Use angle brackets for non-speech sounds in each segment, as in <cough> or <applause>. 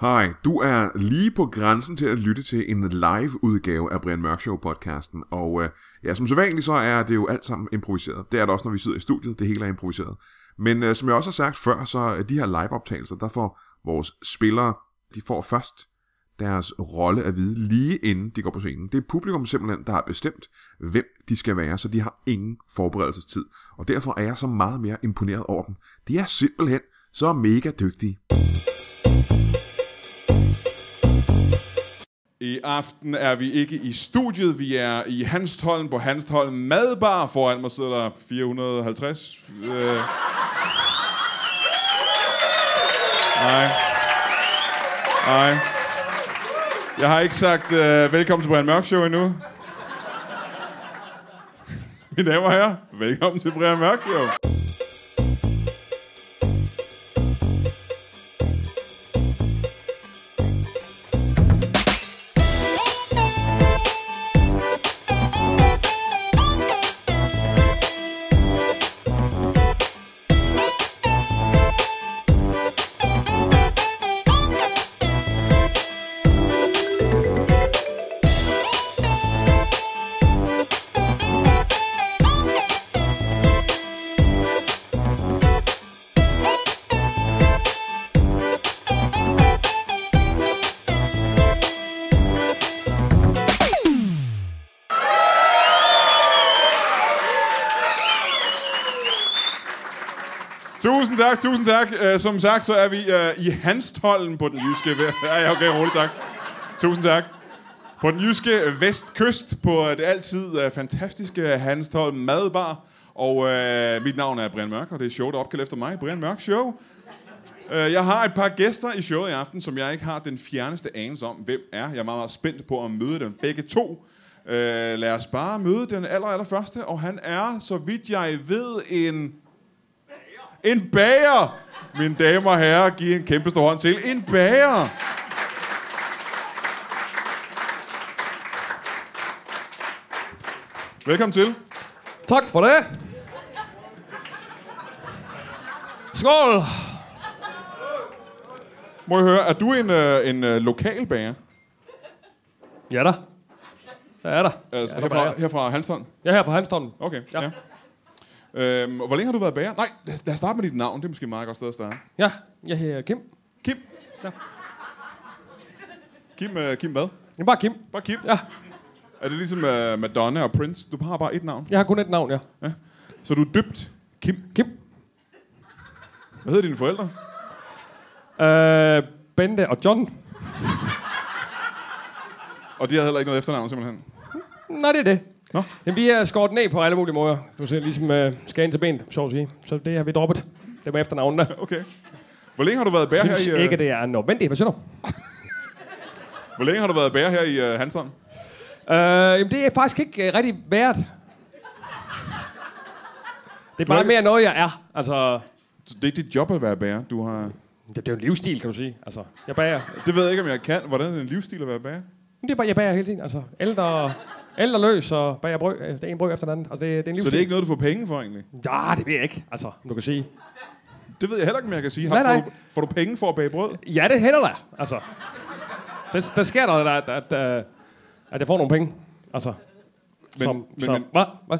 Hej, du er lige på grænsen til at lytte til en live udgave af Brian Mørk Show podcasten, og øh, ja, som sædvanligt så er det jo alt sammen improviseret. Det er det også, når vi sidder i studiet, det hele er improviseret. Men øh, som jeg også har sagt før, så er de her live-optagelser, der får vores spillere, de får først deres rolle at vide lige inden de går på scenen. Det er publikum simpelthen, der har bestemt, hvem de skal være, så de har ingen forberedelsestid. Og derfor er jeg så meget mere imponeret over dem. De er simpelthen så mega dygtige. I aften er vi ikke i studiet, vi er i Hanstholm på Hanstholm Madbar. Foran mig sidder der 450. Øh. Nej. Nej. Jeg har ikke sagt øh, velkommen til Brian Mørk Show endnu. Mine damer og herrer, velkommen til Brian Mørk Show. Tusind tak, tusind tak. Øh, som sagt, så er vi øh, i Hanstholm på den jyske... ve- Ja, ja, okay, roligt tak. Tusind tak. På den jyske vestkyst, på øh, det altid øh, fantastiske Hanstholm Madbar. Og øh, mit navn er Brian Mørk, og det er showet, der er opkaldt efter mig. Brian Mørk Show. Øh, Jeg har et par gæster i showet i aften, som jeg ikke har den fjerneste anelse om, hvem er. Jeg er meget, meget spændt på at møde dem begge to. Øh, lad os bare møde den aller, aller første, og han er, så vidt jeg ved, en... En bager! Mine damer og herrer, giv en kæmpe stor hånd til en bager! Velkommen til. Tak for det. Skål. Må jeg høre, er du en, øh, en øh, lokal bager? Ja da. Ja er der. Altså, Ja, der herfra, bager. herfra Hanstholm? Jeg er her fra Hanstholm. Okay, ja. Ja. ja. Øhm, og hvor længe har du været bager? Nej, lad, lad os starte med dit navn. Det er måske et meget godt sted at starte. Ja, jeg hedder Kim. Kim. Ja. Kim, øh, Kim hvad? Jeg er bare Kim. Bare Kim? Ja, Er det ligesom øh, Madonna og Prince? Du har bare et navn. jeg har kun et navn, ja. Så du er dybt Kim. Kim. Hvad hedder dine forældre? Øh, Bente og John. Og de har heller ikke noget efternavn, simpelthen. Nej, det er det. Nå. Jamen, vi er skåret ned på alle mulige måder. Du ser ligesom øh, skagen til benet, så at sige. Så det har vi droppet. Det var efternavnene. Okay. Hvor længe har du været bager Jeg synes her i... øh, ikke, det er nødvendigt. Hvad siger du? Hvor længe har du været bager her i uh, Hanstholm? Øh, jamen, det er faktisk ikke øh, rigtig værd. Det er har bare ikke- mere noget, jeg er. Altså, Så Det er ikke dit job at være bager. Du har... Det, det er jo en livsstil, kan du sige. Altså, jeg bager. Det ved jeg ikke, om jeg kan. Hvordan er det en livsstil at være bager? Men Det er bare, jeg bager hele tiden. Altså, ældre, ældre løs og bager brød. Øh, Det er en brød efter den anden. Altså, det, det er en livsstil. Så det er ikke noget, du får penge for, egentlig? Ja, det ved jeg ikke. Altså, om du kan sige. Det ved jeg heller ikke, om jeg kan sige. Nej, Har, nej. får, du, får du penge for at bage brød? Ja, det hænder da. Altså, det, der sker der, at, at, at, at jeg får nogle penge. Altså, men, som, men- men, som, men- men, hvad? Hvad?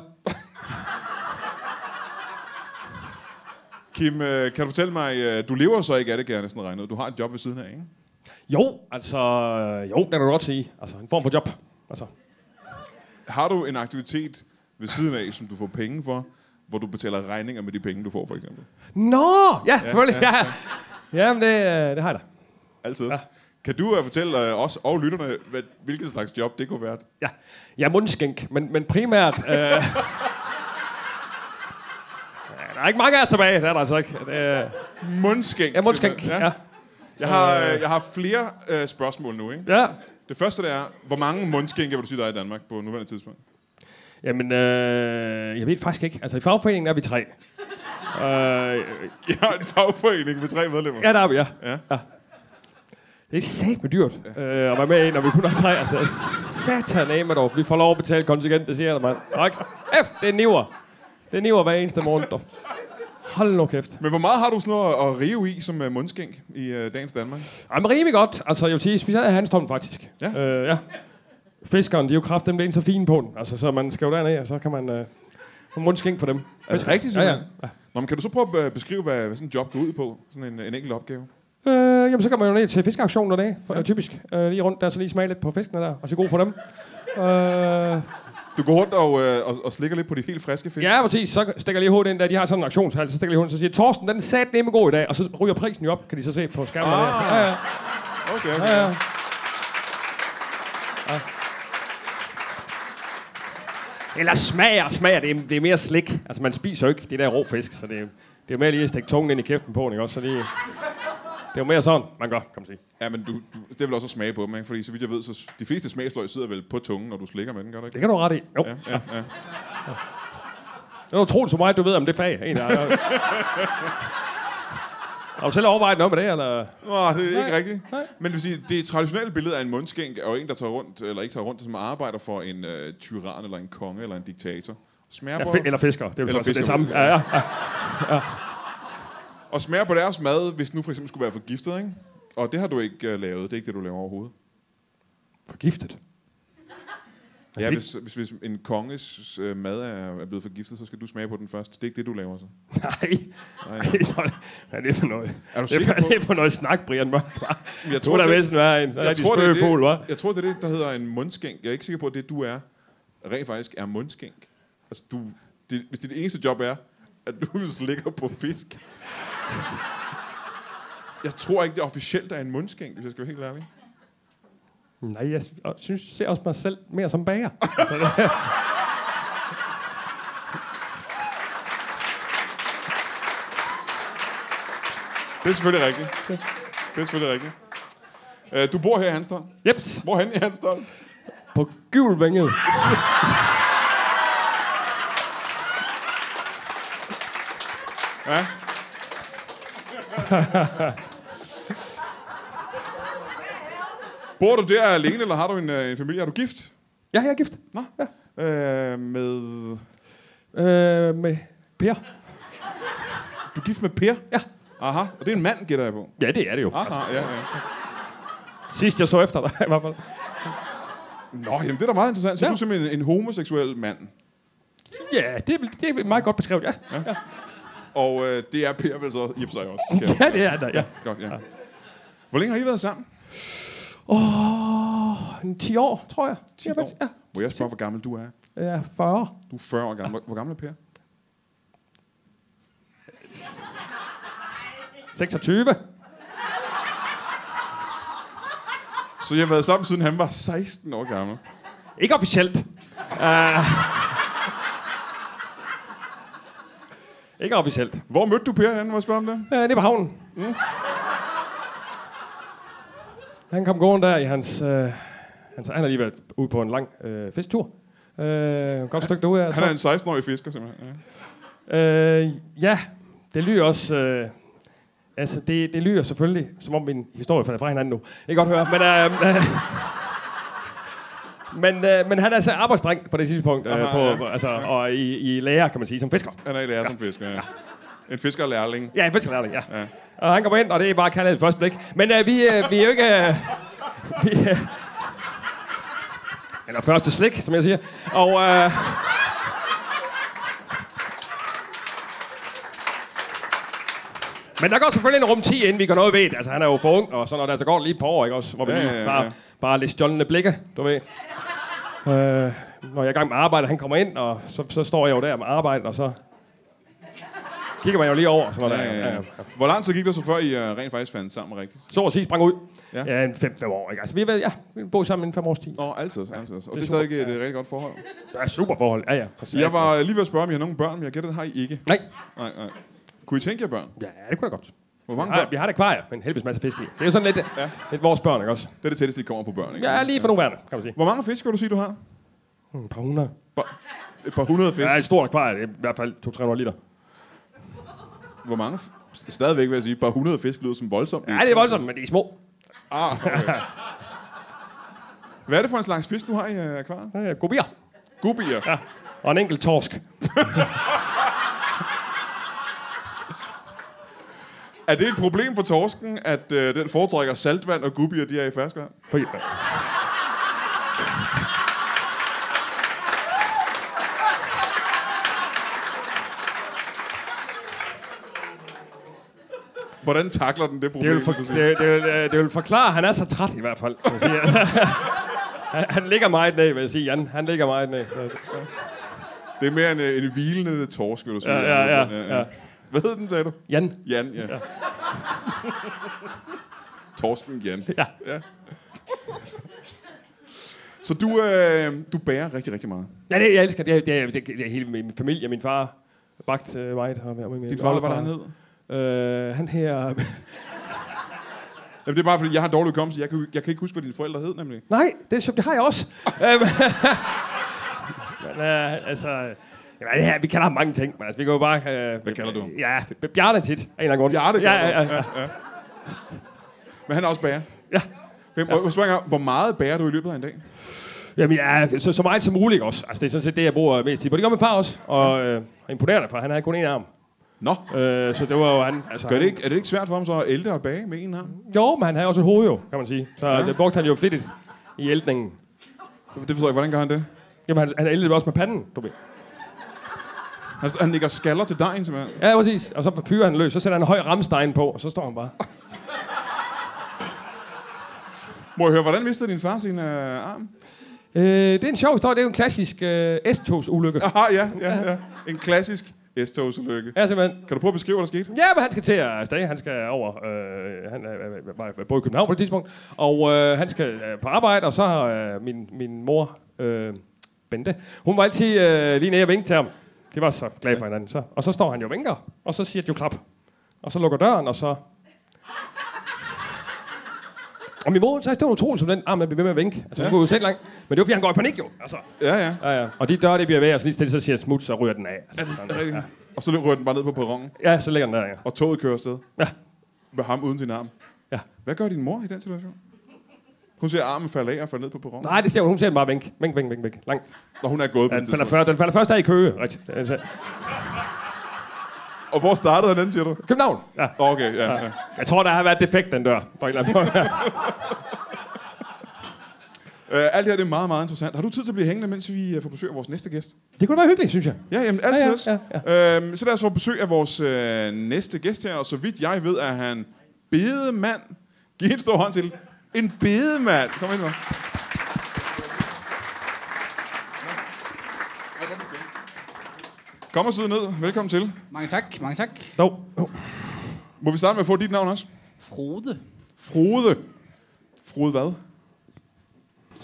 Kim, øh, kan du fortælle mig... øh, Du lever så ikke af det, kan jeg næsten regne ud. Du har et job ved siden af, ikke? Jo, altså, jo, det kan du godt sige. Altså, en form for job. Altså, Har du en aktivitet ved siden af, som du får penge for, hvor du betaler regninger med de penge, du får, for eksempel? Nå, ja, selvfølgelig. Ja, ja. Jamen, det, øh, det har jeg da. Altid. Ja. Kan du øh, fortælle øh, os og lytterne, hvad, hvilket slags job det kunne være? Ja, jeg er mundskænk, men, men primært... Øh, ja, <laughs> der er ikke mange af os tilbage, det er der altså ikke. Det, øh, jeg Mundskænk. er mundskænk, simpelthen. ja. Jeg har, øh, jeg har flere øh, spørgsmål nu, ikke? ja. Det første det er, hvor mange mundskænke vil du sige, der er i Danmark på nuværende tidspunkt? Jamen, øh, jeg ved faktisk ikke. Altså, i fagforeningen er vi tre. øh, <laughs> Jeg har en fagforening med tre medlemmer. ja, der er vi, ja. Ja. ja. Det er satme dyrt øh, at være med i, når vi kun har tre. Altså, sataname dog. Vi får lov at betale kontingent, det siger jeg dig, mand. Tak. F, det er niver. Det er niver hver eneste morgen, dog. Hold nu kæft. Men hvor meget har du sådan noget at, at rive i som uh, mundskænk i uh, dagens Danmark? Jamen, rimelig godt. Altså, jeg vil sige, specielt af Hanstholm, faktisk. Ja. Øh, ja. Fiskeren, de er jo kraft, dem så fine på den. Altså, så man skal jo derned, og så kan man... Øh, få mundskænk for dem. Er det rigtigt, Ja, ja. simpelthen? Nå, men kan du så prøve at øh, beskrive, hvad, hvad sådan en job går ud på? Sådan en, en enkelt opgave? Øh, jamen, så kommer man jo ned til fiskeaktioner dage, for, ja. typisk. Øh, lige rundt der, så lige smage lidt på fiskene der, og så god for dem. øh, Du går rundt og, øh, og, og slikker lidt på de helt friske fisk. ja, præcis. Så stikker jeg lige hovedet ind der. De har sådan en auktionshal, så stikker jeg lige hovedet ind, så siger, Torsten, den er sat nemme god i dag. Og så ryger prisen jo op, kan de så se på skærmen. Ah. Ah. Ja, ja. Okay, okay. Ja, ja. Eller smager, smager. Det er, det er mere slik. Altså, man spiser jo ikke det der rå fisk, så det er, det er mere lige at stikke tungen ind i kæften på, den, ikke også? Så det, det er jo mere sådan, man gør, kan man sige. ja men du, du, det er vel også at smage på dem, ikke? Fordi så vidt jeg ved, så s- de fleste smagsløg sidder vel på tungen, når du slikker med den, gør det ikke? Det kan du have ret i. Jo. Ja, ja, ja. Det er utroligt så meget, du ved om det fag. Egentlig. <laughs> Har du selv overvejet noget med det, eller? Nå, det er ikke Nej, rigtigt. nej. Men det vil sige, det traditionelle billede af en mundskænk er jo en, der tager rundt, eller ikke tager rundt, som arbejder for en øh, tyran, eller en konge, eller en diktator. Smager Ja, på, fi- eller fisker. Det er jo Eller faktisk det fisker. samme. Ja, ja. og smager på deres mad, hvis nu for eksempel skulle være forgiftet, ikke? Og det har du ikke øh, lavet. Det er ikke det, du laver overhovedet. Forgiftet. Ja, det- hvis, hvis, hvis en konges øh, mad er, er blevet forgiftet, så skal du smage på den først. Det er ikke det, du laver så. <laughs> Nej. Nej. Nej. Hvad er det for noget? Er du det sikker er, på- det er for noget snak, Brian Mørk. Jeg tror tror, der til- vist være en rigtig spøgepol, det, hva'? det, jeg tror, det er det, der hedder en mundskænk. Jeg er ikke sikker på, at det, du er, rent faktisk er mundskænk. Altså, du, det, hvis dit eneste job er, at du <laughs> slikker på fisk. Jeg tror ikke, det officielt er en mundskænk, hvis jeg skal være helt ærlig. Nej, jeg sy- og synes, jeg ser også mig selv mere som bager. Altså, det- <laughs> Det er selvfølgelig rigtigt. Det er selvfølgelig rigtigt. Øh, Du bor her i Hanstholm. Jeps, Hvorhen i Hanstholm? på gyvelvænget. Ja. <laughs> Bor du der alene, eller har du en, øh, en familie? Er du gift? Ja, jeg er gift. Nå. Ja. Øh, med... Øh, med Per. Du er gift med Per? Ja. Aha, og det er en mand, gætter jeg på. Ja, det er det jo. Aha, ja, ja. Ah. Sidst jeg så efter dig, <laughs> i hvert fald. Nå, jamen det er da meget interessant. Så ja. Ja. du er simpelthen en, en homoseksuel mand. Ja, det er, vel- det er meget godt beskrevet, ja. Og øh, det er Per vel så i og for sig også. kan jeg- Ja, det er der, ja. Godt, ja. Hvor længe har I været sammen? Åh, en 10 år, tror jeg. 10 år. Ja, Må jeg spørge, hvor gammel du er? jeg er 40. Du er 40 år gammel. Hvor- Hvor gammel er Per? 26. Så jeg har været sammen, siden han var 16 år gammel. Ikke officielt. Uh, ikke officielt. Hvor mødte du Per henne? Må jeg spørge om det? Øh, det er på havnen. Mm. Han kom gående der i hans... Øh, hans han har lige været ude på en lang øh, fisketur. Øh, godt stykke derude. Han er en 16-årig fisker, simpelthen. Ja. Øh, ja, det lyder også... Øh, altså, det, det lyder selvfølgelig, som om min historie falder fra hinanden nu. Jeg kan godt høre, men... Øh, <laughs> øh, men, øh, men han er altså arbejdsdreng på det tidspunkt, øh, Aha, på, ja. ja. altså, og i, i lærer, kan man sige, som fisker. Han er i lærer som fisker, ja. En fiskerlærling. Ja, en fiskerlærling, ja. ja. Og han kommer ind, og det er bare kaldet første blik. Men øh, vi, øh, vi er jo ikke... Øh, vi, øh, eller første slik, som jeg siger. Og... Øh, Men der går selvfølgelig en rum 10, inden vi går noget ved det. Altså, han er jo for ung, og sådan noget. Der så går det lige et par år, ikke også? Hvor man Ja, lige ja, ja, bare, ja. bare lidt stjålende blikke, du ved. Øh, når jeg er i gang med arbejde, han kommer ind, og så, så står jeg jo der med arbejde, og så kigger man jo lige over. Sådan noget Ja, der. ja, ja. Hvor lang tid gik der så, før I uh, rent faktisk fandt sammen rigtigt? Så at sige, sprang ud. Ja. Ja, ja en 5-5 år, ikke? Altså, vi har været, ja, vi bor sammen i en 5 års tid. Nå, altid. altid. Og det, er super. stadig et, et rigtig godt forhold. Det er super forhold. Ja, ja. Præcis. Jeg var lige ved at spørge, om I har nogen børn, men jeg gætter, det har I ikke. Nej. Nej, nej. Kunne I tænke jer børn? Ja, det kunne jeg godt. Hvor mange Nej, børn? vi har et akvarie med en helvedes masse fisk i. Det er jo sådan lidt, ja. lidt vores børn, ikke også? Det er det tætteste, I kommer på børn, ikke? Ja, lige for nuværende, kan man sige. Hvor mange fisk, kan du sige, du har? Mm, Et par hundrede. Ba- et par hundrede fisk. Ja, et stort akvarie. Det er i hvert fald 200-300 liter. Hvor mange? f- Stadigvæk vil jeg sige, et par hundrede fisk lyder som voldsomt. Ja, det er voldsomt, men de er små. Ah, okay. Hvad er det for en slags fisk, du har i uh, akvariet? Ja, Gobier. Gubier. Ja. Og en enkelt torsk. Er det et problem for torsken, at øh, den foretrækker saltvand og gubbier, de er i ferskvand? Fordi, Hvordan takler den det problem? det, vil for, det, det, vil, øh, det vil forklare, at han er så træt i hvert fald. kan jeg sige. <laughs> han, han ligger meget ned, vil jeg sige. Han, han ligger meget ned. Så- det er mere en, øh, en hvilende torsk, vil du sige. Ja, ja, ja, ja. Hvad hed den, sagde du? Jan, Jan, <laughs> ja. ja. Torsken Jan. Ja. ja. Så du, øh, du bærer rigtig, rigtig meget. Ja, det, jeg elsker. Det, er- det, er- det, er- det er hele min familie. Min far bagt øh, meget. Og, og min Din far, hvad var det, han hed? hed? Øh, han her... Jamen, det er bare, fordi jeg har en dårlig hukommelse. Jeg kan, jeg kan ikke huske, hvad dine forældre hed, nemlig. Nej, det er sjovt. Det har jeg også. Øhm, <laughs> men, øh, altså... øh, Jamen, ja, vi kalder ham mange ting, men altså, vi går jo bare... Øh, Hvad kalder du ham? Ja, B- Bjarne tit, af en eller anden grund. Bjarne ja, kalder du ja, ham. ja, Men han er også bærer. ja. Hvem, ja. og, spørg engang, hvor meget bærer du i løbet af en dag? Jamen, ja, så, så meget som muligt også. Altså, det er sådan set det, jeg bruger mest tid på. Det gør min far også, og øh, imponerende, for han havde kun én arm. Nå, Øh, så det var jo han... Altså, gør det ikke, er det ikke svært for ham så at ælte og bage med en arm? Jo, men han havde også et hoved, jo, kan man sige. Så ja. det brugte han jo flittigt i æltningen. Det forstår jeg ikke, hvordan gør han det? Jamen, han, han ældede også med panden, du ved. Han, han lægger skaller til dejen, simpelthen. Ja, præcis. Og så fyrer han løs, så sætter han en høj ramstein på, og så står han bare. Må jeg høre, hvordan mistede din far sin øh, arm? Øh, det er en sjov historie. Det er jo en klassisk øh, S-togsulykke. Aha, ja, ja, ja. En klassisk S-togsulykke. Ja, simpelthen. Kan du prøve at beskrive, hvad der skete? Ja, men han skal til at stage. Han skal over... Øh, han øh, var var- boede i København på det tidspunkt. Og øh, han skal øh, på arbejde, og så har øh, min, min mor, øh, Bente, hun var altid øh, lige nede og vinke til ham. Det var så glad for hinanden. Så. Og så står han jo og vinker, og så siger jo klap. Og så lukker døren, og så... Og min mor, så stod utroligt som den arm, der blev ved med at vinke. Altså, hun Ja. ja. kunne jo selv langt. Men det var, fordi han går i panik jo. Altså, Ja, ja. Ja, ja. Og de døre, det bliver væk, og så lige stille, så siger jeg smut, så ryger den af. Altså, Er sådan. det rigtigt? Og så rører den bare ned på perronen, Ja, så ligger den der, ja. og toget kører afsted ja. med ham uden sin arm. ja. Hvad gør din mor i den situation? Hun ser armen falde af og falde ned på perronen. Nej, det ser hun, hun ser den bare vink. Vink, vink, vink, vink. Langt. Når hun er gået på Ja, ja, den, falder tidspunkt. før, den falder først af i Køge, rigtigt. Altså, Og hvor startede han den, siger du? København, ja. Nå, Okay, ja, ja. Jeg tror, der har været defekt, den dør. På en eller anden måde. Øh, alt det her det er meget, meget interessant. Har du tid til at blive hængende, mens vi øh, får besøg af vores næste gæst? <laughs> det kunne da være hyggeligt, synes jeg. Ja, jamen altid Ja, ja, også. Ja, ja. Øhm, så lad os få besøg af vores øh, næste gæst her, og så vidt jeg ved, er han bedemand. Giv en stor hånd til. En bedemand. Kom ind, her. Kom og sidde ned. Velkommen til. Mange tak, mange tak. No. Må vi starte med at få dit navn også? Frode Frode. Frode hvad?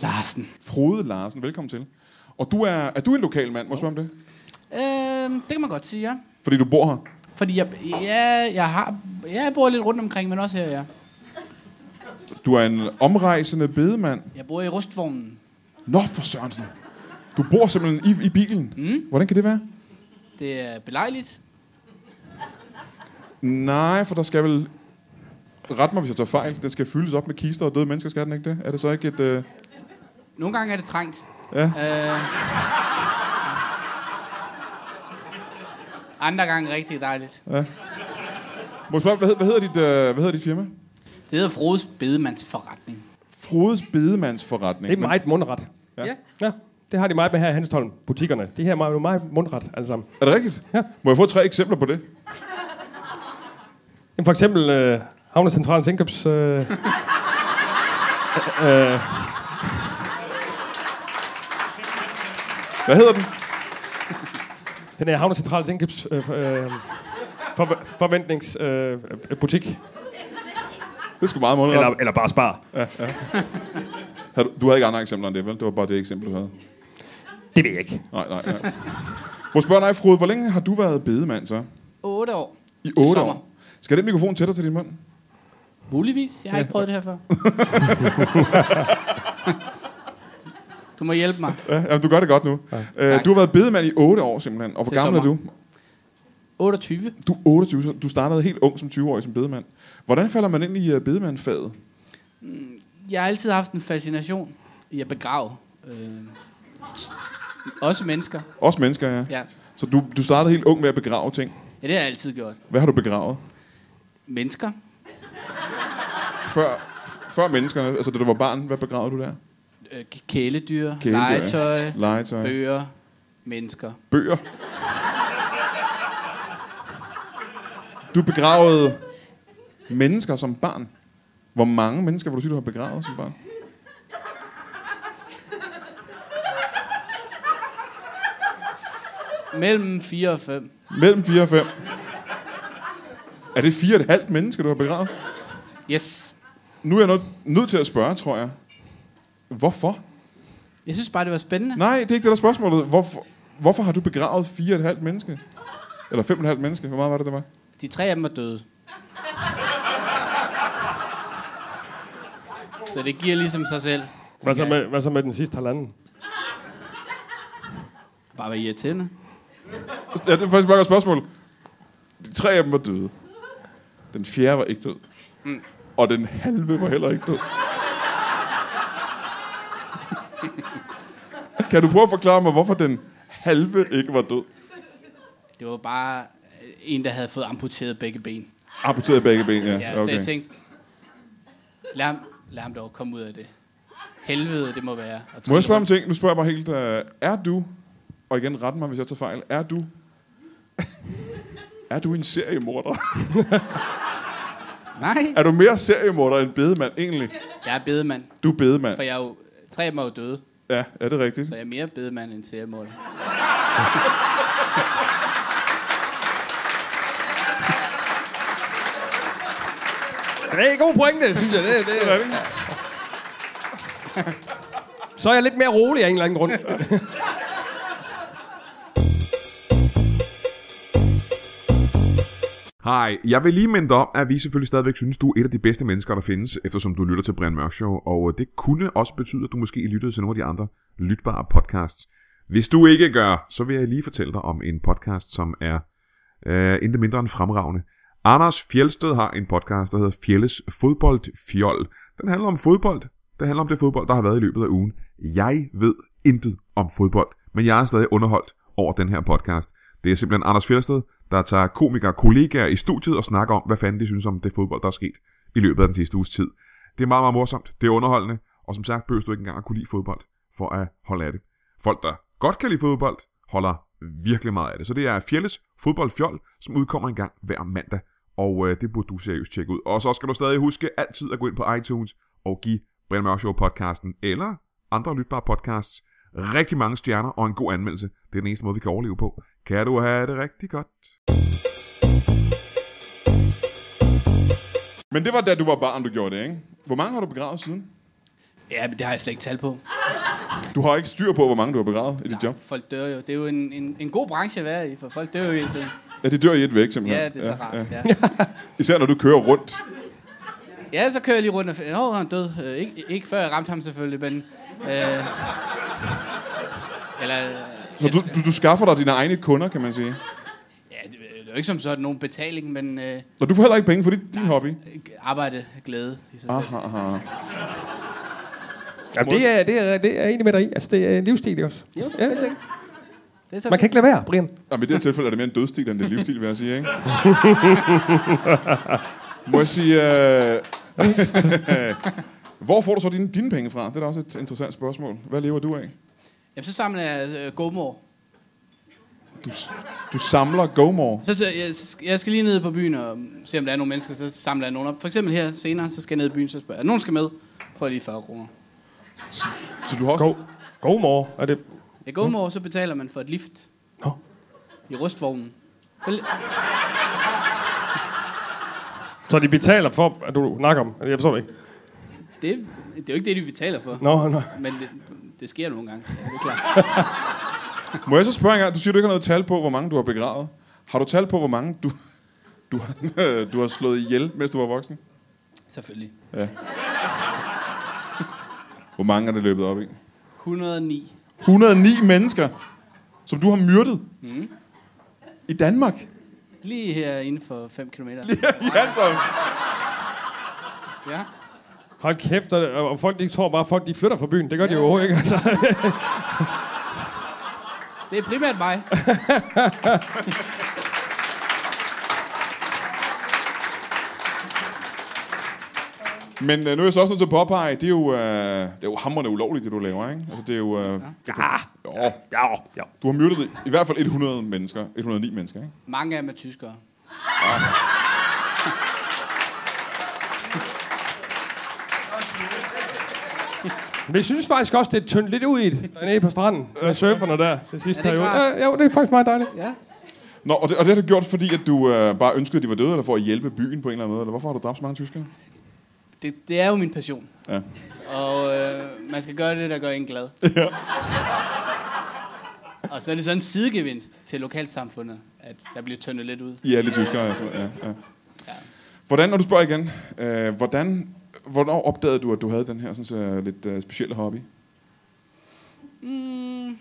Larsen. Frode Larsen. Velkommen til. Og du er, er du en lokal mand? Må jeg spørge om det? Øhm, det kan man godt sige, ja. Fordi du bor her. Fordi jeg, ja, jeg, har, ja, jeg bor lidt rundt omkring, men også her, ja. Du er en omrejsende bedemand. Jeg bor i rustvognen. Nå for Sørensen. Du bor simpelthen i, i bilen. Mm. Hvordan kan det være? Det er belejligt. Nej, for der skal vel... Ret mig, hvis jeg tager fejl. Den skal fyldes op med kister og døde mennesker, skal den ikke det? Er det så ikke et... Øh... Nogle gange er det trængt. Ja. Øh, andre gange rigtig dejligt. Må jeg spørge, hvad, hed- hvad, hedder dit, øh, hvad hedder dit firma? Det hedder Frodes bedemandsforretning. Frodes Bedemandsforretning. Det er meget mundret. Ja. Ja, det har de meget med her i Hanstholm, butikkerne. De her er meget, meget mundret, alle sammen. Er det rigtigt? Ja. Må jeg få tre eksempler på det? Jamen, for eksempel øh, Havnecentralens indkøbs... Øh, Hvad hedder den? den her Havnecentralens indkøbs... Øh, øh, for, forventningsbutik. Øh, butik. Det er sgu meget måneder. eller, eller bare spar. Eller... Du havde ikke andre eksempler end det, vel? Det var bare det eksempel, du havde. Det ved jeg ikke. Nej, nej, nej. Må jeg spørge dig, Frode, hvor længe har du været bedemand så? 8 år. I Til 8 sommer. år. Skal den mikrofon tættere til din mund? Muligvis. Jeg har ikke prøvet det her før. du må hjælpe mig. Ja, jamen, du gør det godt nu. Ja. Øh, Tak. du har været bedemand i 8 år simpelthen. Og hvor Til gammel er sommer. du? 28. Du er 28, så du startede helt ung som 20-årig som bedemand. Hvordan falder man ind i øh, bedemandfaget? Jeg har altid haft en fascination i at begrave. Øh, også mennesker. Også mennesker, ja. Ja. Så du, du startede helt ung med at begrave ting. ja, det har jeg altid gjort. Hvad har du begravet? mennesker. Før, før menneskerne, altså da du var barn, hvad begravede du der? Øh, k- kæledyr, Kæledyr, kæledyr, legetøj, Legetøj. bøger, mennesker. Bøger. Du begravede mennesker som barn. Hvor mange mennesker vil du sige, du har begravet som barn? Mellem 4 og 5. Mellem 4 og 5. Er det fire og et halvt mennesker, du har begravet? Yes. Nu er jeg nødt, nødt til at spørge, tror jeg. Hvorfor? Jeg synes bare, det var spændende. Nej, det er ikke det, der er spørgsmålet. Hvorfor, hvorfor har du begravet fire og et halvt menneske? Eller fem og et halvt menneske? Hvor meget var det, der var? De tre af dem var døde. Så det giver ligesom sig selv. Hvad så med, hvad så med den sidste halvanden? Bare være irriterende. Ja, det er faktisk bare et spørgsmål. De tre af dem var døde. Den fjerde var ikke død. Og den halve var heller ikke død. kan du prøve at forklare mig, hvorfor den halve ikke var død? Det var bare øh, en, der havde fået amputeret begge ben. Amputeret begge ben, Ja, ja. Så Okay. jeg tænkte, lad ham, lad ham dog komme ud af det. Helvede, det må være. at Må jeg spørge om trylle en ting? Nu spørger jeg bare helt. Uh, er du, og igen ret mig, hvis jeg tager fejl, er du, <laughs> er du en seriemorder? <laughs> rundt. Nej, er du mere seriemorder end bedemand egentlig? jeg er bedemand. Du er bedemand. For jeg er jo, tre af dem er jo døde, Ja, er det rigtigt? så jeg er mere bedemand end seriemål. Det er en god pointe, synes jeg. Det, Det er det. det. Så er jeg lidt mere rolig af en eller anden grund. Hej, jeg vil lige minde dig om, at vi selvfølgelig stadigvæk synes, du er et af de bedste mennesker, der findes, eftersom du lytter til Brian Mørk Show, og øh, det kunne også betyde, at du måske lyttede til nogle af de andre lytbare podcasts. Hvis du ikke gør, så vil jeg lige fortælle dig om en podcast, som er øh, intet mindre end fremragende. Anders Fjelsted har en podcast, der hedder Fjelles Fodboldfjol. Den handler om fodbold. Den handler om det fodbold, der har været i løbet af ugen. Jeg ved intet om fodbold, men jeg er stadig underholdt over den her podcast. Det er simpelthen Anders Fjelsted, der tager komikere og kollegaer i studiet og snakker om, hvad fanden de synes om det fodbold, der er sket i løbet af den sidste uges tid. Det er meget, meget morsomt. Det er underholdende. Og som sagt, behøver du ikke engang at kunne lide fodbold for at holde af det. Folk, der godt kan lide fodbold, holder virkelig meget af det. Så det er Fjelles fodboldfjol, som udkommer en gang hver mandag. Og øh, det burde du seriøst tjekke ud. Og så skal du stadig huske altid at gå ind på iTunes og give Brian Mørk Show podcasten eller andre lytbare podcasts rigtig mange stjerner og en god anmeldelse. Det er den eneste måde, vi kan overleve på. Kan du have det rigtig godt? Men det var da du var barn, du gjorde det, ikke? Hvor mange har du begravet siden? Ja, men det har jeg slet ikke tal på. Du har ikke styr på, hvor mange du har begravet i dit job. Folk dør jo. Det er jo en, en, en god branche at være i, for folk dør jo hele tiden. Ja, det dør i et væk, simpelthen. Ja, det er så rart. Ja. Især når du kører rundt. Ja, så kører jeg lige rundt og... f- Nå, han er død. Øh, ikke, ikke før jeg ramte ham selvfølgelig, men... Øh, eller... øh, Så du, du, du skaffer dig dine egne kunder, kan man sige. Ja, det, det er jo ikke som sådan nogen betaling, men øh, Og du får heller ikke penge for dit, din hobby. arbejde, glæde i sig selv. Aha, aha. Jamen, det, er, det, er, det er jeg enig med dig i. Altså, det er en livsstil også. Jo, Ja. helt sikkert. Det er så Man kan ikke lade være, Brian. Jamen, i det her tilfælde er det mere en dødstil, end det er livsstil, vil jeg sige, ikke? Må jeg sige... Øh... Hvor får du så dine, dine penge fra? Det er da også et interessant spørgsmål. Hvad lever du af? Jamen, så samler jeg øh, gomor. Du, s- du samler GoMore. Så, så jeg, så- jeg skal lige ned på byen og mm, se, om der er nogle mennesker, så samler jeg nogen op. For eksempel her senere, så skal jeg ned i byen, så spørger jeg, nogen skal med, får jeg lige 40 kroner. Så du har også... God, god mor. Er det... Jeg går over, så betaler man for et lift. Nå. I rustvognen. Så, li- Så de betaler for, at du nakker om. Jeg forstår det ikke. det, det er jo ikke det, de betaler for. Nå, nå. Men det, det sker nogle gange, ja, det er klart. Må jeg så spørge en gang? Du siger, du ikke har noget tal på, hvor mange du har begravet. Har du tal på, hvor mange du, du, har, du har <laughs> slået ihjel, mens du var voksen? Selvfølgelig. Hvor mange er det løbet op i? 109. 109 mennesker, som du har myrdet. Mm. I Danmark. Lige her inden for 5 km. I Hanstholm. Ja. Hold kæft, og, og folk de tror bare, at folk de flytter fra byen. Det gør de jo overhovedet ikke. <laughs> Altså, Det er primært mig. Men øh, nu er jeg så også nødt til at påpege, det er jo, øh, det er jo hammerne ulovligt, det du laver, ikke? Altså, det er jo... Øh, Ja, jo, ja, ja. du har myrdet i, i hvert fald 100 mennesker, 109 mennesker, ikke? Mange af dem er tyskere. Men jeg synes faktisk også, det er tyndt lidt ud i det, dernede på stranden med surferne der, den sidste det periode. klart? Ja, jo, det er faktisk meget dejligt. Ja. Nå, og det, og det har du gjort, fordi at du øh, bare ønskede, at de var døde, eller for at hjælpe byen på en eller anden måde, eller hvorfor har du dræbt så mange tyskere? Det, det er jo min passion. Ja. Og øh, man skal gøre det, der gør en <laughs> glad. Og så er det sådan en sidegevinst til lokalsamfundet, at der bliver tyndet lidt ud. I alle tyskere, altså. Ja, ja. Hvordan, når du spørger igen, øh, hvordan, hvornår opdagede du, at du havde den her sådan, så, lidt øh, specielle hobby? Mm.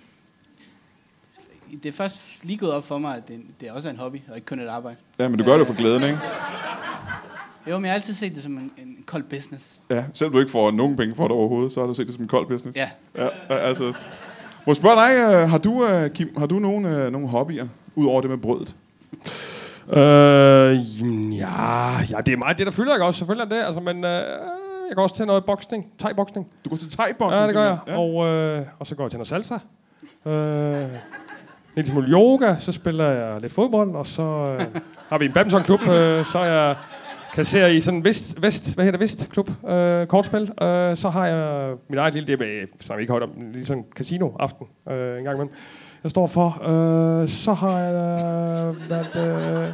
Det er først lige gået op for mig, at det, det er også en hobby, og ikke kun et arbejde. Ja, men du gør det jo for glæden, ikke? Jo, men jeg har altid set det som en, en kold business. Ja, selvom du ikke får nogen penge for det overhovedet, så har du set det som en kold business. Ja. ja ja, altså. Må jeg spørge dig, øh, har du, øh, Kim, har du nogen, øh, nogle hobbyer, udover det med brødet? Øh, jamen, ja, ja, det er meget det, der fylder, ikke også? Selvfølgelig er det, altså, men øh, jeg går også til noget boksning, thai-boksning. Du går til thai Ja, det gør jeg. Ja. Og, øh, og så går jeg til noget salsa. Øh, en lille smule yoga, så spiller jeg lidt fodbold, og så øh, har vi en badmintonklub, øh, så er jeg kasserer i sådan en vest, vest, hvad hedder det, vestklub, øh, kortspil. Øh, så har jeg mit eget lille, det med, som jeg ikke holdt om, lige sådan en casino-aften øh, en gang imellem. Jeg står for, øh, så har jeg øh, været, øh,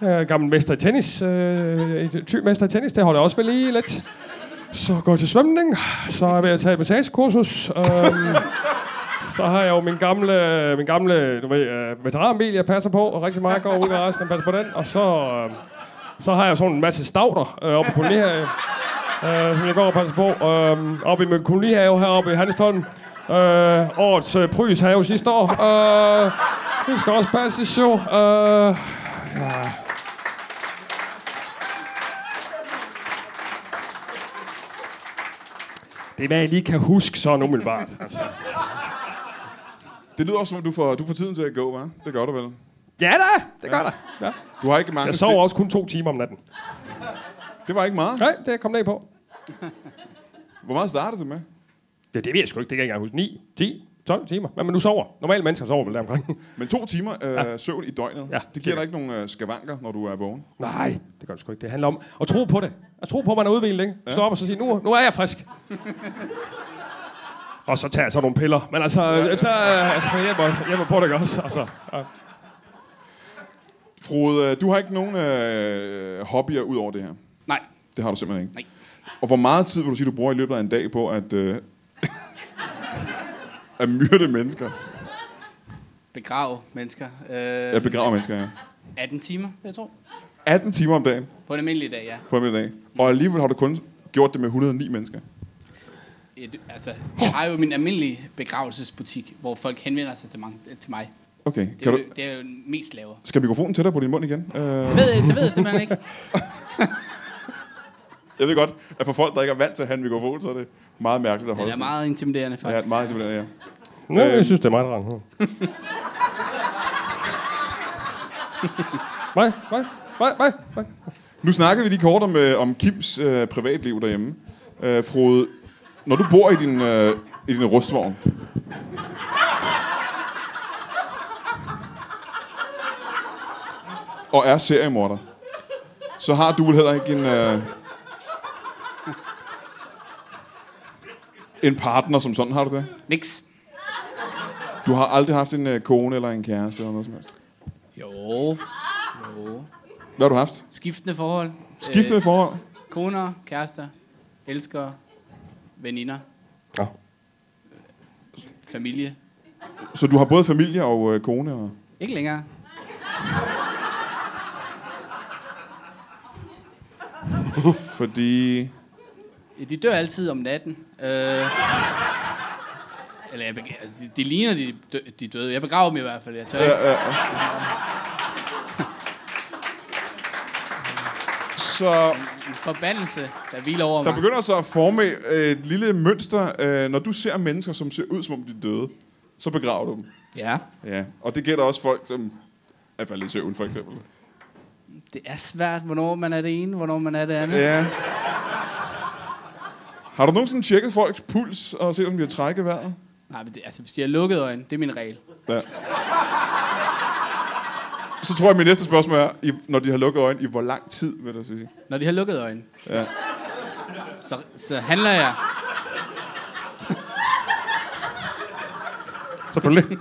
jeg er gammel mester i tennis, øh, et ty mester i tennis, det holder jeg også ved lige lidt. Så går jeg til svømning. Så er jeg ved at tage et massagekursus. Øhm, så har jeg jo min gamle, min gamle du ved, uh, veteranbil, jeg passer på, og rigtig meget går ud i resten og passer på den. Og så, øh, så har jeg sådan en masse stavter øh, oppe på kolonihave, øh, som jeg går og passer på. Øh, oppe i min kolonihave heroppe i Hanstholm. Øh, årets øh, prys have sidste år. Øh, det skal også passes jo. Øh, ja. Det er, hvad jeg lige kan huske sådan umiddelbart. Altså. Det lyder også som, om du får, du får tiden til at gå, hva'? Det gør du vel? Ja da, det gør der. Ja. Du har ikke mange... Jeg sover også kun to timer om natten. Det, det var ikke meget. Nej, det er jeg kommet af på. Hvor meget startede du med? Ja, det ved jeg sgu ikke, det kan jeg ikke engang huske. 9, 10, 12 timer. Men, men nu sover. Normale mennesker sover vel deromkring. <laughs> Men to timer øh, ja. søvn i døgnet, Ja, ja, det giver cirka. dig ikke nogen øh, skavanker, når du er vågen. Nej, det gør det sgu ikke. Det handler om at tro på det. At tro på, at man er udviklet, ikke? Ja. Stå op og så sige, nu, nu er jeg <laughs> frisk. og så tager jeg så nogle piller. Men altså, ja. så øh, hjælper, hjælper på det ikke også. Altså, ja. Frode, øh, du har ikke nogen øh, hobbyer ud over det her. Nej. Det har du simpelthen ikke. Nej. Og hvor meget tid vil du sige, du bruger i løbet af en dag på at, øh, <laughs> at myrde mennesker? Begrave mennesker. Ja, Øh, begrave mennesker, ja. 18 timer, vil jeg tro. 18 timer om dagen På en almindelig dag, ja. på en dag. Og alligevel har du kun gjort det med 109 mennesker. Et, altså, jeg har jo min almindelige begravelsesbutik, hvor folk henvender sig til, mange, til mig. Okay, Det er, kan jo, du, det, det er jo mest laver. skal mikrofonen tættere på din mund igen? Øh, Det ved, det ved jeg simpelthen ikke. jeg ved godt, at for folk, der ikke er vant til at have en mikrofon, så er det meget mærkeligt at Det holde er meget intimiderende, sådan. faktisk. Ja, meget simpelthen, ja. Nå, jeg synes, det er meget rart. Nej, nej, nej, nej, nej. Nu snakkede vi lige kort om, øh, om Kims øh, privatliv derhjemme. Øh, Frode, når du bor i din, øh, i din rustvogn... og er seriemorder, så har du vel heller ikke en... Øh, en partner som sådan, har du det? Niks. Du har aldrig haft en øh, kone eller en kæreste eller noget som helst. Jo. jo. Hvad har du haft? Skiftende forhold. Skiftede forhold? Øh, koner, kærester, elskere, veninder, Ja. familie. Så du har både familie og øh, kone og... Ikke længere. Fordi... De dør altid om natten. Øh, eller jeg beg- altså, de, de ligner de, dø- de døde. Jeg begraver dem i hvert fald. Jeg tør ikke. Så En forbandelse, der hviler over der mig. begynder så at forme øh, et lille mønster. Øh, når du ser mennesker, som ser ud, som om de er døde, så begraver du dem. Ja. Ja. Og det gælder også folk, som er faldet i søvn, for eksempel. Det er svært, hvornår man er det ene, hvornår man er det andet. Ja. Har du nogensinde tjekket folks puls og set, om de har træk i vejret? Nej, men det, altså, hvis de har lukket øjne, det er min regel. Så tror jeg, at mit næste spørgsmål er, i, når de har lukket øjnene, i hvor lang tid, vil du sige? Når de har lukket øjne, så, så handler jeg. Selvfølgelig.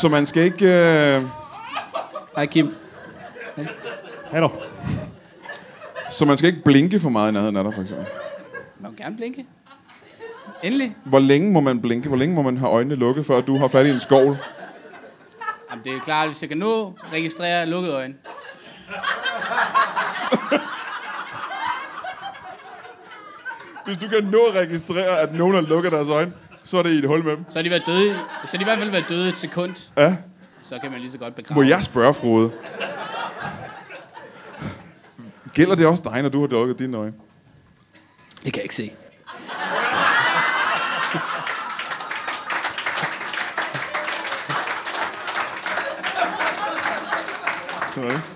Så man skal ikke... Øh, Hej Kim. Hej då. så man skal ikke blinke for meget i nærheden af dig, for eksempel. Må du gerne blinke? Endelig. Hvor længe må man blinke? Hvor længe må man have øjnene lukket, før du har fat i en skovl? Jamen, det er klart, at hvis jeg kan nå registrere lukkede øjne. Hvis du kan nå at registrere, at nogen har lukket deres øjne, så er det i et hul med dem. Så har de været døde, så har de i hvert fald været døde et sekund. Ja. Så kan man lige så godt begrave. Må jeg spørge, Frode? Gælder det også dig, når du har lukket dine øjne? Det kan jeg ikke se. Sådan. <laughs>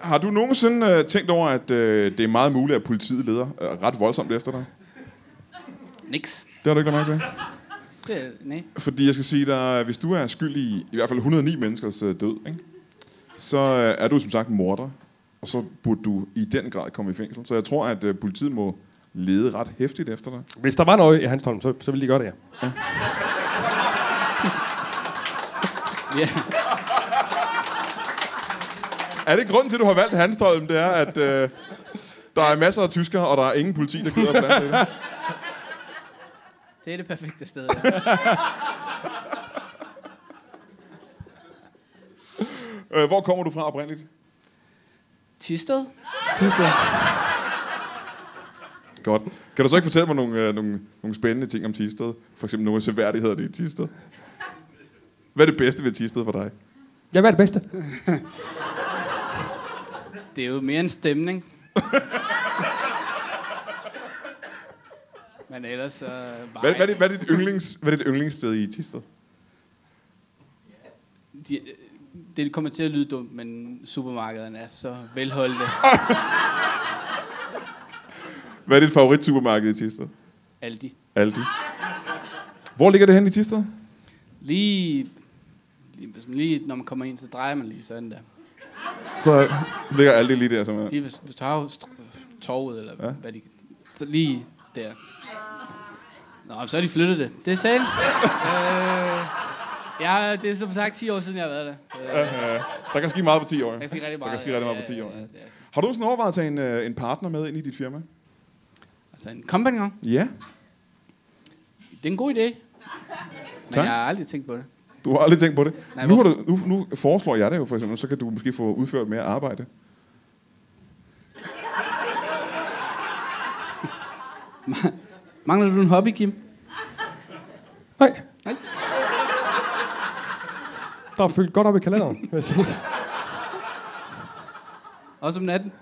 Har du nogensinde øh, tænkt over, at øh, det er meget muligt, at politiet leder øh, ret voldsomt efter dig? Niks. Det har du ikke lagt mærke til? Det, er- nej. Fordi jeg skal sige dig, hvis du er skyldig i i hvert fald 109 menneskers øh, død, ikke? så øh, er du som sagt morder, og så burde du i den grad komme i fængsel. Så jeg tror, at øh, politiet må lede ret hæftigt efter dig. Hvis der var noget i Hanstholm, så, så ville de gøre det, ja. Ja. Er det grunden til, at du har valgt Hanstholm, det er, at øh, der er masser af tyskere, og der er ingen politi, der gider at blande sig i det? Det er det perfekte sted. Øh, hvor kommer du fra oprindeligt? Tisted? Tisdag. Godt. Kan du så ikke fortælle mig nogle, øh, nogle, nogle spændende ting om Tisted? For eksempel nogle seværdigheder i Tisted. Hvad er det bedste ved Tisted for dig? Ja, hvad er det bedste? Det er jo mere en stemning. Men ellers så... Øh, Hvad, hvad, er, dit, hvad, er, dit yndlings, hvad er dit yndlingssted i Tisted? De, det kommer til at lyde dumt, men supermarkederne er så velholdte. Hvad er dit favoritsupermarked i Tisted? Aldi. Aldi. Hvor ligger det hen i Tisted? Lige, lige, hvis man lige, når man kommer ind, så drejer man lige sådan der. Så ligger Aldi lige der. Som er. Lige hvis, hvis du har st- torvet, eller Ja. ja. hvad de... Så lige der. Nå, men så har de flyttet det. Det er sales. øh, ja, det er som sagt 10 år siden, jeg har været der. Øh, Der kan ske meget på 10 år. Der kan ske rigtig Der kan meget, ske rigtig ja, meget på ja, 10 år. ja, ja. ja. Har du nogensinde overvejet at tage en, øh, en partner med ind i dit firma? altså en kompagnon. Ja. Det er en god idé. Men Tak. jeg har aldrig tænkt på det. Du har aldrig tænkt på det. Nej, Nej, nu, har hvorfor- du, nu, nu foreslår jeg det jo for eksempel, så kan du måske få udført mere arbejde. Mangler du en hobby, Kim? Nej. Nej. Der er fyldt godt op i kalenderen, vil jeg sige. Også om natten? <laughs>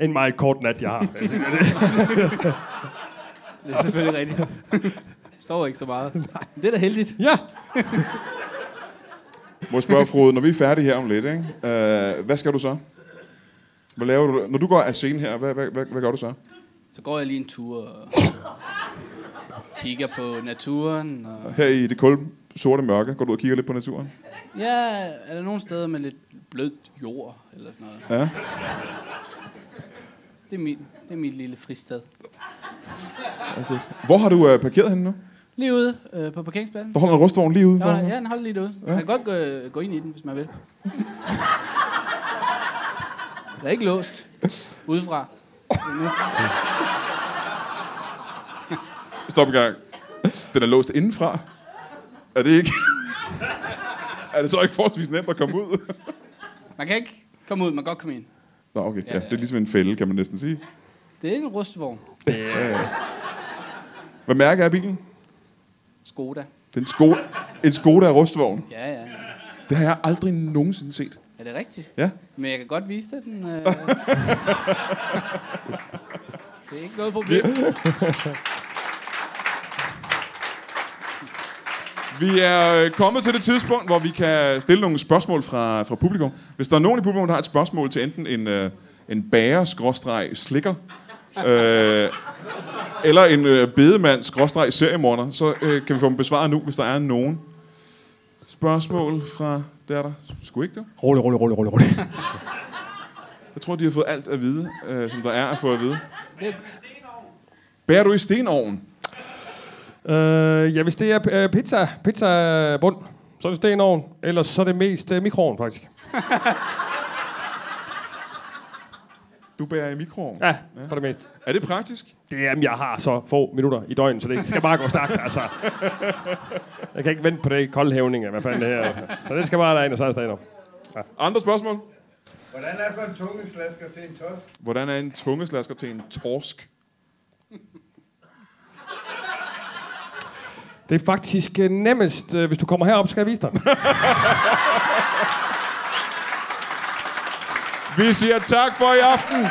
En meget kort nat, jeg har. Altså, Det er selvfølgelig rigtigt. Sover ikke så meget. Det er da heldigt. ja, Må jeg spørge, Frode, når vi er færdige her om lidt, ikke? Øh, hvad skal du så? Hvad laver du? Når du går af scenen her, hvad, hvad, hvad, hvad gør du så? Så går jeg lige en tur og kigger på naturen. Og... Her i det kolde, sorte mørke, går du ud og kigger lidt på naturen? Ja, er der nogle steder med lidt blødt jord eller sådan noget? Ja. Det er mit, det er mit lille fristed. Hvor har du øh, parkeret henne nu? Lige ude øh, på parkeringspladsen. Der holder en rustvogn lige udenfor. Nå, nej, ja, den holder lige derude. Man kan godt gå, gå ind i den, hvis man vil. Den er ikke låst. Udefra. Stop en gang. Den er låst indenfra. Er det <laughs> ikke... er det så ikke forholdsvis nemt at komme ud? Man kan ikke komme ud, man kan godt komme ind. Nå, okay. Ja, ja. det er ligesom en fælde, kan man næsten sige. Det er en rustvogn. Hvad mærke er bilen? Skoda. Den sko- en Skoda rustvogn. Ja, ja. ja. Det har jeg aldrig nogensinde set. Er det rigtigt? Ja. Men jeg kan godt vise dig den. Øh... det er ikke noget problem. Vi er øh, kommet til det tidspunkt, hvor vi kan stille nogle spørgsmål fra, fra publikum. Hvis der er nogen i publikum, der har et spørgsmål til enten en, øh, en bager-slikker, øh, eller en øh, bedemand-seriemorder, så øh, kan vi få dem besvaret nu, hvis der er nogen. Spørgsmål fra... Det er der sgu ikke, det. Rolig, rolig, rolig, rolig, rolig. Jeg tror, de har fået alt at vide, øh, som der er at få at vide. Det, Bærer du i stenovnen? øh, ja, hvis det er øh, pizza, pizza øh, bund, så er det stenovn. Ellers så er det mest øh, mikroovn, faktisk. Du bærer i mikroovnen. Ja, for det meste. Er det praktisk? Det er, jeg har så få minutter i døgnet, så det skal bare gå stærkt, <laughs> altså. Jeg kan ikke vente på det koldhævning, af, hvad fanden det her. Så det skal bare derind, og så er det stenovn. Andre spørgsmål? Hvordan er så en tungeslasker til en tosk? Hvordan er en tungeslasker til en torsk? Det er faktisk øh, nemmest, øh, hvis du kommer herop, skal jeg <laughs> vise dig. Vi siger tak for i aften.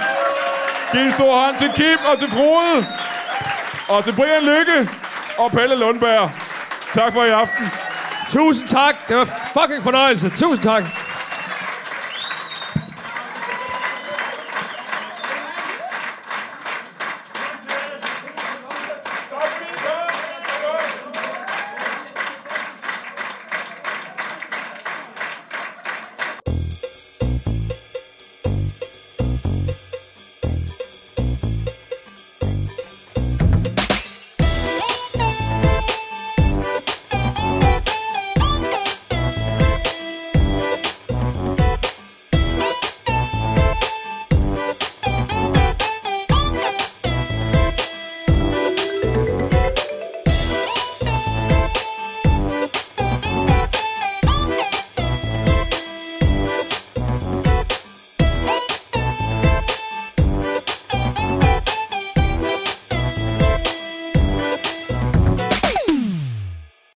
Giv en stor hånd til Kim og til Frode. Og til Brian Lykke og Pelle Lundberg. Tak for i aften. Tusind tak. Det var fucking fornøjelse. Tusind tak.